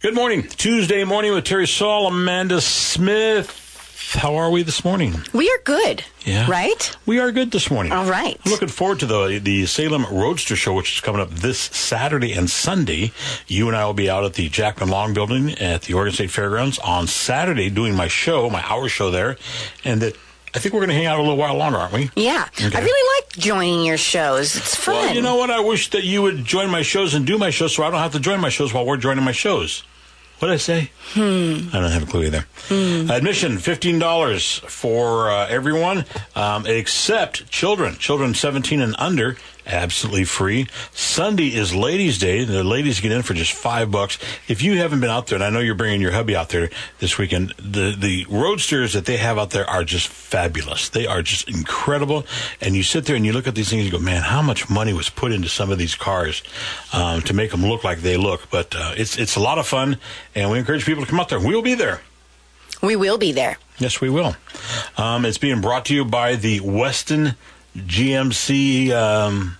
Good morning. Tuesday morning with Terry Saul, Amanda Smith. How are we this morning? We are good. Yeah. Right? We are good this morning. All right. I'm looking forward to the the Salem Roadster Show, which is coming up this Saturday and Sunday. You and I will be out at the Jackman Long Building at the Oregon State Fairgrounds on Saturday doing my show, my hour show there, and that I think we're going to hang out a little while longer, aren't we? Yeah. Okay. I really like joining your shows. It's fun. Well, you know what? I wish that you would join my shows and do my shows, so I don't have to join my shows while we're joining my shows. What did I say? I don't have a clue either. Admission fifteen dollars for uh, everyone, um, except children. Children seventeen and under, absolutely free. Sunday is Ladies' Day. The ladies get in for just five bucks. If you haven't been out there, and I know you're bringing your hubby out there this weekend, the the roadsters that they have out there are just fabulous. They are just incredible. And you sit there and you look at these things and you go, man, how much money was put into some of these cars um, to make them look like they look? But uh, it's it's a lot of fun, and we encourage people to come out there. We'll be there. we will be there. Yes, we will. Um, it's being brought to you by the Weston GMC. Um,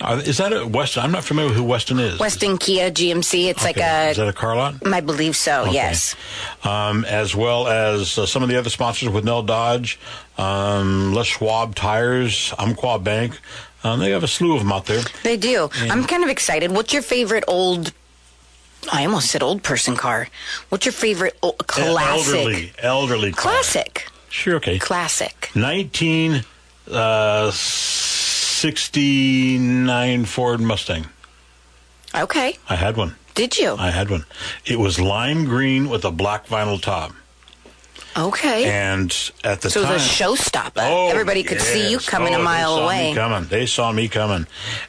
are- is that a Weston? I'm not familiar with who Weston is. Weston Kia GMC. It's Okay. is like that a car lot? a, I believe so, Okay. yes. Um, as well as uh, some of the other sponsors with Nell Dodge, um, Les Schwab Tires, Umqua Bank. Um, they have a slew of them out there. They do. I'm kind of excited. What's your favorite old, I almost said old person car. What's your favorite o- classic? E, Elderly, elderly car. Classic. Sure, okay. uh, Classic. 1969 Ford Mustang. Okay. I had one. Did you? I had one. It was lime green with a black vinyl top, okay. Uh, and at the so it time, was a showstopper. Oh, Everybody could see you yes. coming Oh, a mile they saw away. Me coming, they saw me coming,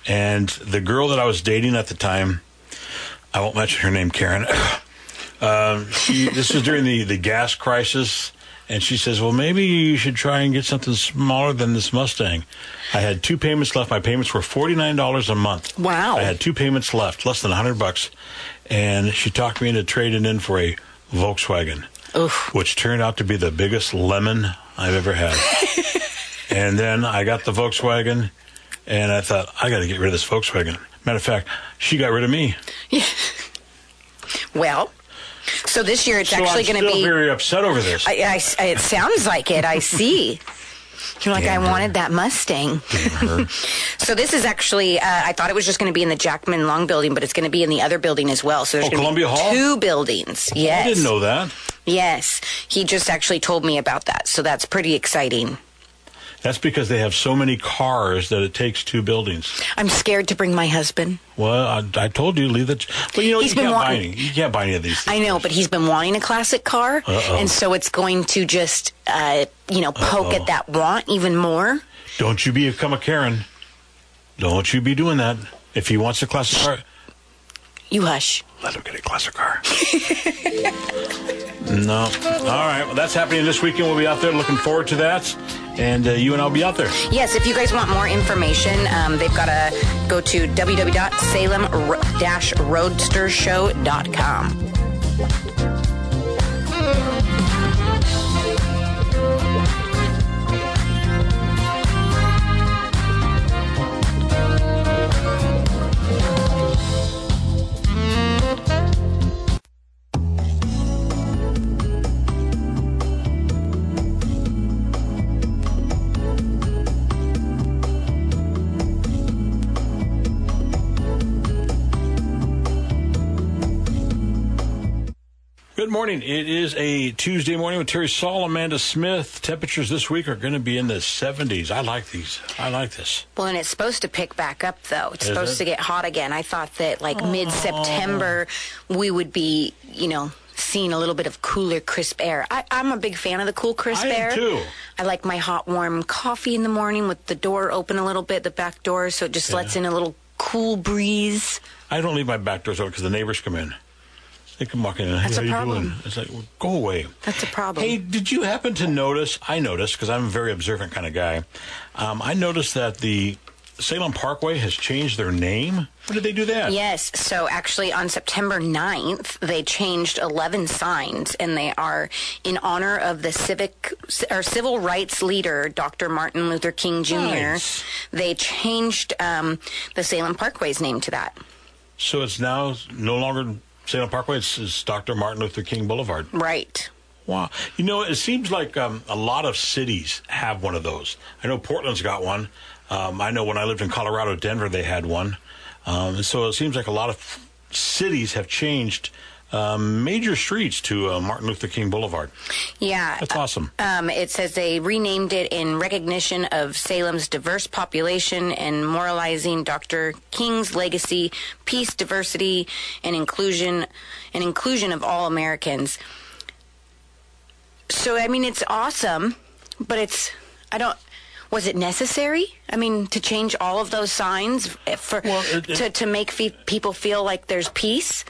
and the girl that I was dating at the time, I won't mention her name, Karen. um, she, this was during the the gas crisis. And she says, "Well, maybe you should try and get something smaller than this Mustang." I had two payments left. My payments were forty nine dollars a month. Wow. I had two payments left, less than a hundred bucks, and she talked me into trading in for a Volkswagen, Oof. which turned out to be the biggest lemon I've ever had. and then I got the Volkswagen, and I thought I got to get rid of this Volkswagen. Matter of fact, she got rid of me. Well, so this year it's so actually I'm going to still be. very upset over this. I, I s- it sounds like it. I see. You're like, Damn I her. wanted that Mustang. Her. So this is actually, uh, I thought it was just going to be in the Jackman Long building, but it's going to be in the other building as well. So there's Oh, going to Columbia be Hall? two buildings. Yes. I didn't know that. Yes. He just actually told me about that. So that's pretty exciting. That's because they have so many cars that it takes two buildings. I'm scared to bring my husband. Well, I, I told you, leave the. Well, you know, He's you been can't, buy wanting- any, you can't buy any of these. Things. I know, but he's been wanting a classic car. Uh-oh. And so it's going to just, uh, you know, poke at that want even more. Don't you become a Karen. Don't you be doing that. If he wants a classic car, You hush. let him get a classic car. no. All right. Well, that's happening this weekend. We'll be out there looking forward to that. And uh, you and I'll be out there. Yes, if you guys want more information, um, they've got to go to www.salem-roadstershow.com. Good morning. It is a Tuesday morning with Terry Saul, Amanda Smith. Temperatures this week are going to be in the 70s. I like these. I like this. Well, and it's supposed to pick back up, though. It's Is supposed it? to get hot again. I thought that, like, mid September, we would be, you know, seeing a little bit of cooler, crisp air. I, I'm a big fan of the cool, crisp I am air. too. I like my hot, warm coffee in the morning with the door open a little bit, the back door, so it just lets in a little cool breeze. I don't leave my back doors open because the neighbors come in. They come walking in. Hey, That's how a you problem. doing? It's like, well, go away. That's a problem. Hey, did you happen to notice? I noticed because I'm a very observant kind of guy. Um, I noticed that the Salem Parkway has changed their name. When did they do that? Yes. So actually, on September 9th, they changed 11 signs, and they are in honor of the civic or civil rights leader, Dr. Martin Luther King Jr. Nice. They changed um, the Salem Parkway's name to that. So it's now no longer Salem Parkway. It's, it's Dr. Martin Luther King Boulevard. Right. Wow. You know, it seems like um, a lot of cities have one of those. I know Portland's got one. Um, I know when I lived in Colorado, Denver, they had one. Um, so it seems like a lot of cities have changed um, major streets to uh, Martin Luther King Boulevard. Yeah. That's awesome. Um, it says they renamed it in recognition of Salem's diverse population and moralizing Dr. King's legacy, peace, diversity, and inclusion, and inclusion of all Americans. So I mean, it's awesome, but it's I don't. Was it necessary? I mean, to change all of those signs for Well, it- it- to to make fe- people feel like there's peace.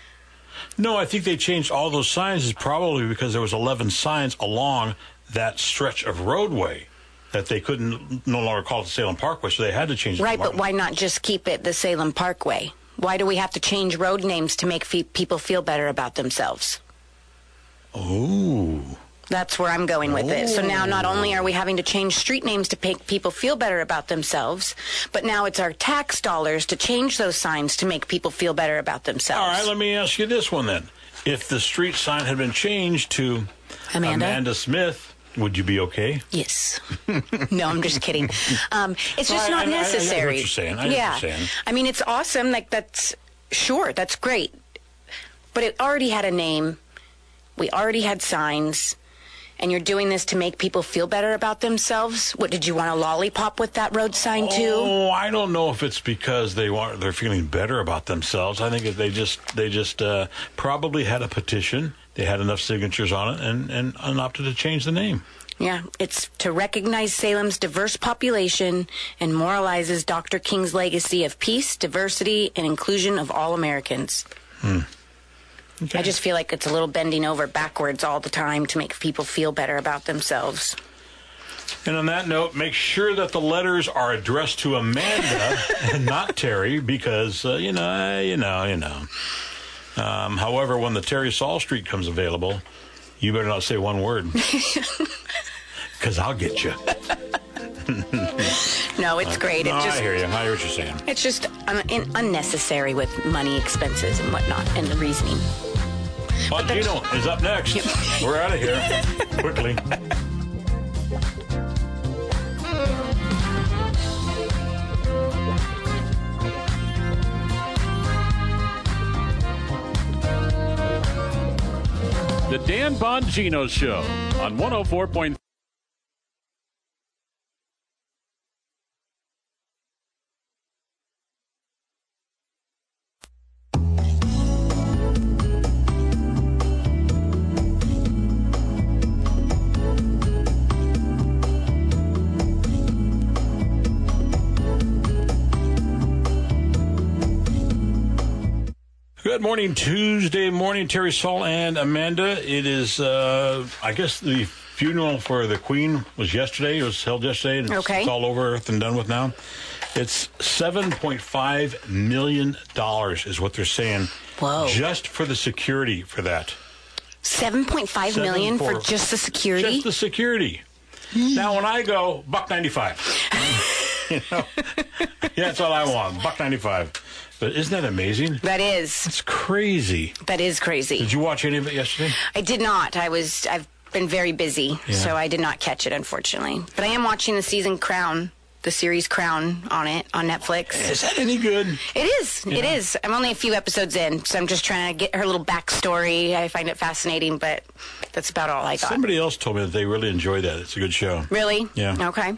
No, I think they changed all those signs is probably because there was 11 signs along that stretch of roadway that they couldn't no longer call it the Salem Parkway, so they had to change it. to Right, but Martin. why not just keep it the Salem Parkway? Why do we have to change road names to make fe- people feel better about themselves? Oh. That's where I'm going with it. So now not only are we having to change street names to make people feel better about themselves, but now it's our tax dollars to change those signs to make people feel better about themselves. All right, let me ask you this one then. If the street sign had been changed to Amanda? Smith, would you be okay? Yes. no, I'm just kidding. Um, it's Well, just I- I- I- I not know what necessary. you're saying. I know what yeah. you're saying. I mean, it's awesome. Like that's sure, that's great. But it already had a name. We already had signs. And you're doing this to make people feel better about themselves. What did you want a lollipop with that road sign too? Oh, I don't know if it's because they want they're feeling better about themselves. I think that they just they just uh, probably had a petition. They had enough signatures on it and, and, and opted to change the name. Yeah, it's to recognize Salem's diverse population and moralizes Dr. King's legacy of peace, diversity, and inclusion of all Americans. Okay. I just feel like it's a little bending over backwards all the time to make people feel better about themselves. And on that note, make sure that the letters are addressed to Amanda and not Terry, because uh, you know, you know, you know. Um, however, when the Terry Saul Street comes available, you better not say one word, because I'll get you. No, it's great. no, It I just hear you. I hear what you're saying. it's just un- un- unnecessary with money expenses and whatnot and the reasoning. Well, Gino is up next. We're out of here quickly. The Dan Bongino Show on 104.3. Good morning, Tuesday morning, Terry Saul and Amanda. It is, uh, I guess, the funeral for the Queen was yesterday. It was held yesterday, and it's- Okay. it's all over with and done with now. It's seven point five million dollars, is what they're saying. Whoa. Just for the security for that. Seven point five Seven million for for- just the security. Just the security. now, when I go, buck ninety five. you know, yeah, that's all I want, buck ninety five. But isn't that amazing? that is It's crazy. that is crazy. Did you watch any of it yesterday? I did not. I was I've been very busy, Yeah. so I did not catch it unfortunately. But I am watching the season Crown, the series Crown on it on Netflix. Is that any good? It is. It is. I'm only a few episodes in, so I'm just trying to get her little backstory. I find it fascinating, but that's about all I got. Somebody else told me that they really enjoy that. It's a good show. really? Yeah. Okay.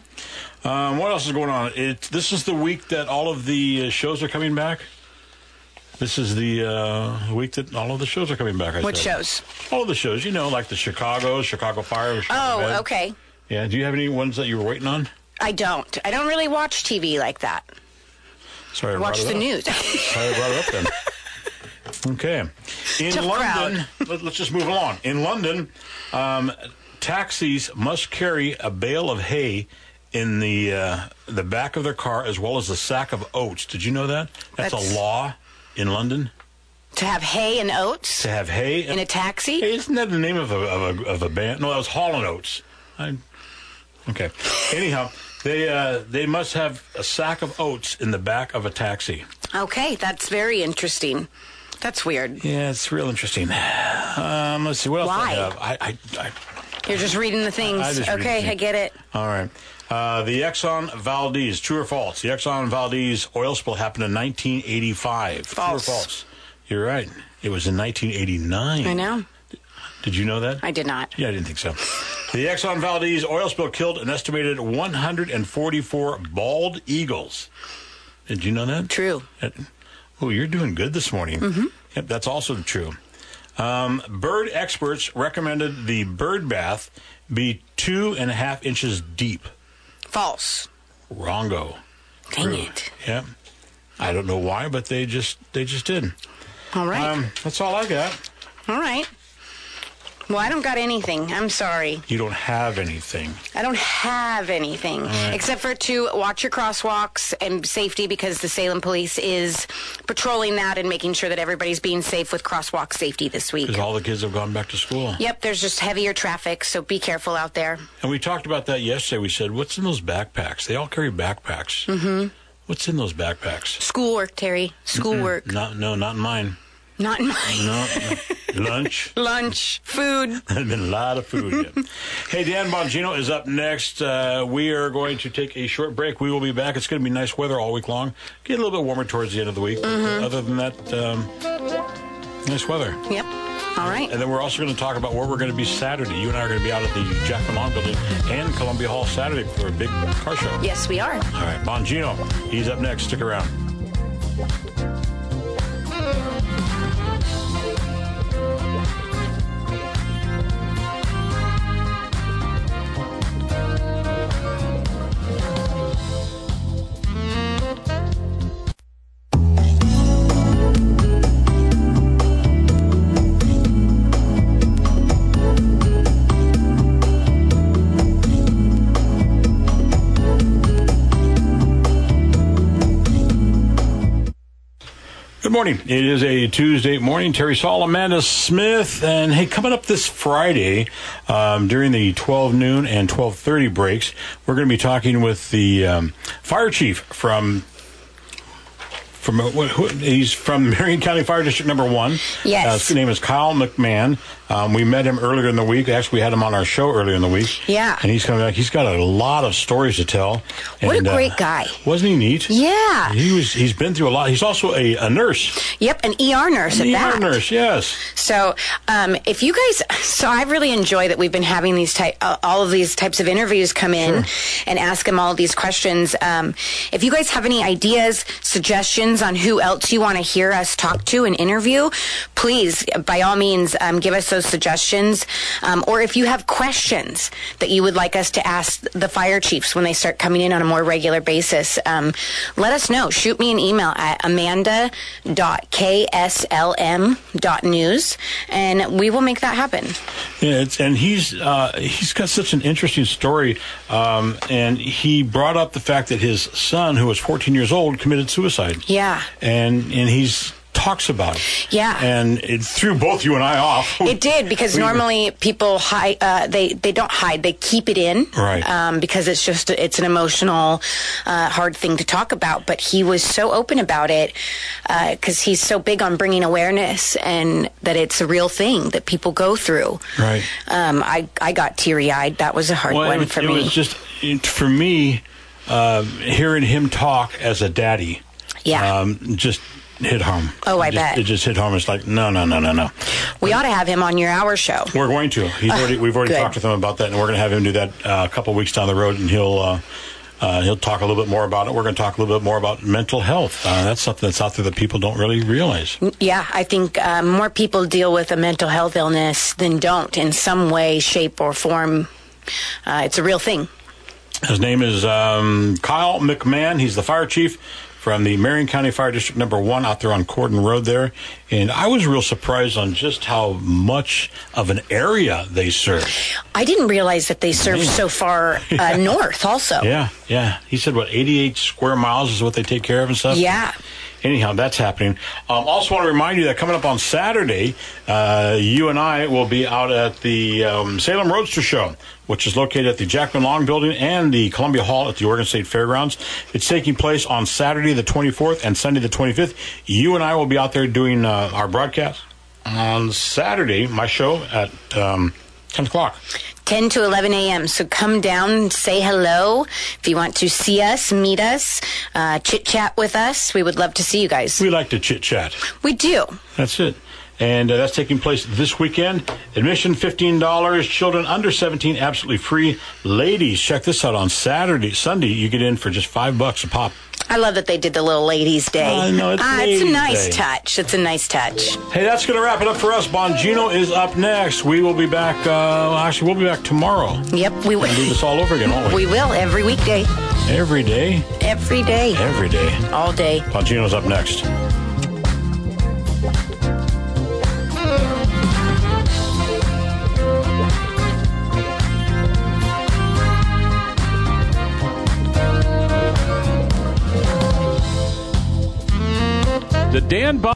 Um, what else is going on? It, this is the week that all of the uh, shows are coming back. This is the uh, week that all of the shows are coming back. I What said. shows? All of the shows, you know, like the Chicago, Chicago Fire. Chicago Oh, Med. okay. Yeah. Do you have any ones that you were waiting on? I don't. I don't really watch TV like that. Sorry, I Watch brought it the up. news. Sorry, I brought it up then. Okay. In Tough London, let, us just move along. In London, um, taxis must carry a bale of hay in the uh, the back of their car as well as a sack of oats. Did you know that? That's, That's- a law in London to have hay and oats to have hay. in And, a taxi? hey, isn't that the name of a, of a, of a band? No, that was Hall and Oates. I, okay. Anyhow, they uh, they must have a sack of oats in the back of a taxi. Okay, that's very interesting. That's weird. Yeah, it's real interesting. Um, let's see what else Why? do I have. I, I, I, You're just reading the things. I just read okay, the thing. I get it. all right. Uh, the Exxon Valdez, true or false? The Exxon Valdez oil spill happened in 1985. False. True or false? You're right. It was in 1989. I know. Did you know that? I did not. Yeah, I didn't think so. The Exxon Valdez oil spill killed an estimated 144 bald eagles. Did you know that? True. Uh, Oh, you're doing good this morning. Mm-hmm. Yep, that's also true. Um, bird experts recommended the bird bath be two and a half inches deep. False. Wrongo. Dang True. it. Yep. I don't know why, but they just they just did. All right. Um, that's all I got. All right. Well, I don't got anything. I'm sorry. You don't have anything. I don't have anything except for to watch your crosswalks and safety because the Salem police is patrolling that and making sure that everybody's being safe with crosswalk safety this week. Because all the kids have gone back to school. Yep, there's just heavier traffic, so be careful out there. And we talked about that yesterday. We said, what's in those backpacks? They all carry backpacks. Mm-hmm. What's in those backpacks? Schoolwork, Terry. Schoolwork. Not, no, not in mine. Not in my No. Lunch. lunch, food. There's been a lot of food. yeah. hey, Dan Bongino is up next. Uh, we are going to take a short break. We will be back. It's going to be nice weather all week long. Get a little bit warmer towards the end of the week. Other than that, um, nice weather. Yep. All right. And then we're also going to talk about where we're going to be Saturday. You and I are going to be out at the Jack Lamont Building and Columbia Hall Saturday for a big car show. Yes, we are. All right, Bongino, he's up next. Stick around. Good morning. It is a Tuesday morning. Terry Saul, Amanda Smith, and hey, coming up this Friday um, during the 12 noon and 12:30 breaks, we're going to be talking with the um, fire chief from from uh, wh- who, he's from Marion County Fire District Number One. Yes. Uh, his name is Kyle McMahon. Um, we met him earlier in the week. Actually, we had him on our show earlier in the week. Yeah. and he's coming back. He's got a lot of stories to tell. What a And, uh, great guy. Wasn't he neat? Yeah. He was. He's been through a lot. He's also a, a nurse. Yep, an ER nurse An at ER that. nurse. Yes. So, um, if you guys, so I really enjoy that we've been having these type, uh, all of these types of interviews come in and ask them all these questions. Um, if you guys have any ideas, suggestions on who else you want to hear us talk to and interview, please, by all means, um, give us those suggestions. Um, or if you have questions that you would like us to ask the fire chiefs when they start coming in on a more regular basis, um, let us know. Shoot me an email at amanda.kslm.news and we will make that happen. Yeah, it's, and he's uh, he's got such an interesting story, um, and he brought up the fact that his son, who was 14 years old, committed suicide. Yeah. and and he's talks about it. Yeah. and it threw both you and I off. It did because normally people hide. Uh, they they don't hide. They keep it in, Right. Um, because it's just it's an emotional, uh, hard thing to talk about. But he was so open about it because he's so big on bringing awareness and that it's a real thing that people go through. Right. Um, I I got teary eyed. That was a hard Well, it, one was- for it me. was just it, for me um, hearing him talk as a daddy. Yeah. um, just hit home. Oh, I It just- bet. it just hit home. It's like no, no, no, no, no. we ought to have him on your hour show. We're going to. He's already, we've already good. talked with him about that, and we're going to have him do that uh, a couple weeks down the road, and he'll. Uh, uh, he'll talk a little bit more about it. We're going to talk a little bit more about mental health. Uh, that's something that's out there that people don't really realize. Yeah, I think um, more people deal with a mental health illness than don't in some way, shape, or form. Uh, it's a real thing. His name is um, Kyle McMahon. He's the fire chief from the Marion County Fire District Number One out there on Corden Road there. And I was real surprised on just how much of an area they serve. I didn't realize that they serve so far uh, north, also. Yeah, yeah. He said what 88 square miles is what they take care of and stuff. Yeah. anyhow, that's happening. Um, also, want to remind you that coming up on Saturday, uh, you and I will be out at the um, Salem Roadster Show, which is located at the Jackman Long Building and the Columbia Hall at the Oregon State Fairgrounds. It's taking place on Saturday the 24th and Sunday the 25th. You and I will be out there doing uh, our broadcast on Saturday, my show at um, 10 o'clock. 10 to 11 a.m. So come down, say hello. If you want to see us, meet us, uh, chit chat with us, we would love to see you guys. We like to chit chat. We do. That's it. And uh, that's taking place this weekend. Admission $15. Children under 17 absolutely free. Ladies, check this out on Saturday, Sunday, you get in for just 5 bucks a pop. I love that they did the little ladies' day. I know, it's ah, it's a ladies' nice day. touch. It's a nice touch. Hey, that's going to wrap it up for us. Bongino is up next. We will be back uh, actually we'll be back tomorrow. Yep, we Do will. this all over again, won't we? We will every weekday, Every day, every day, every day. all day. Bongino's up next. The Dan Bongino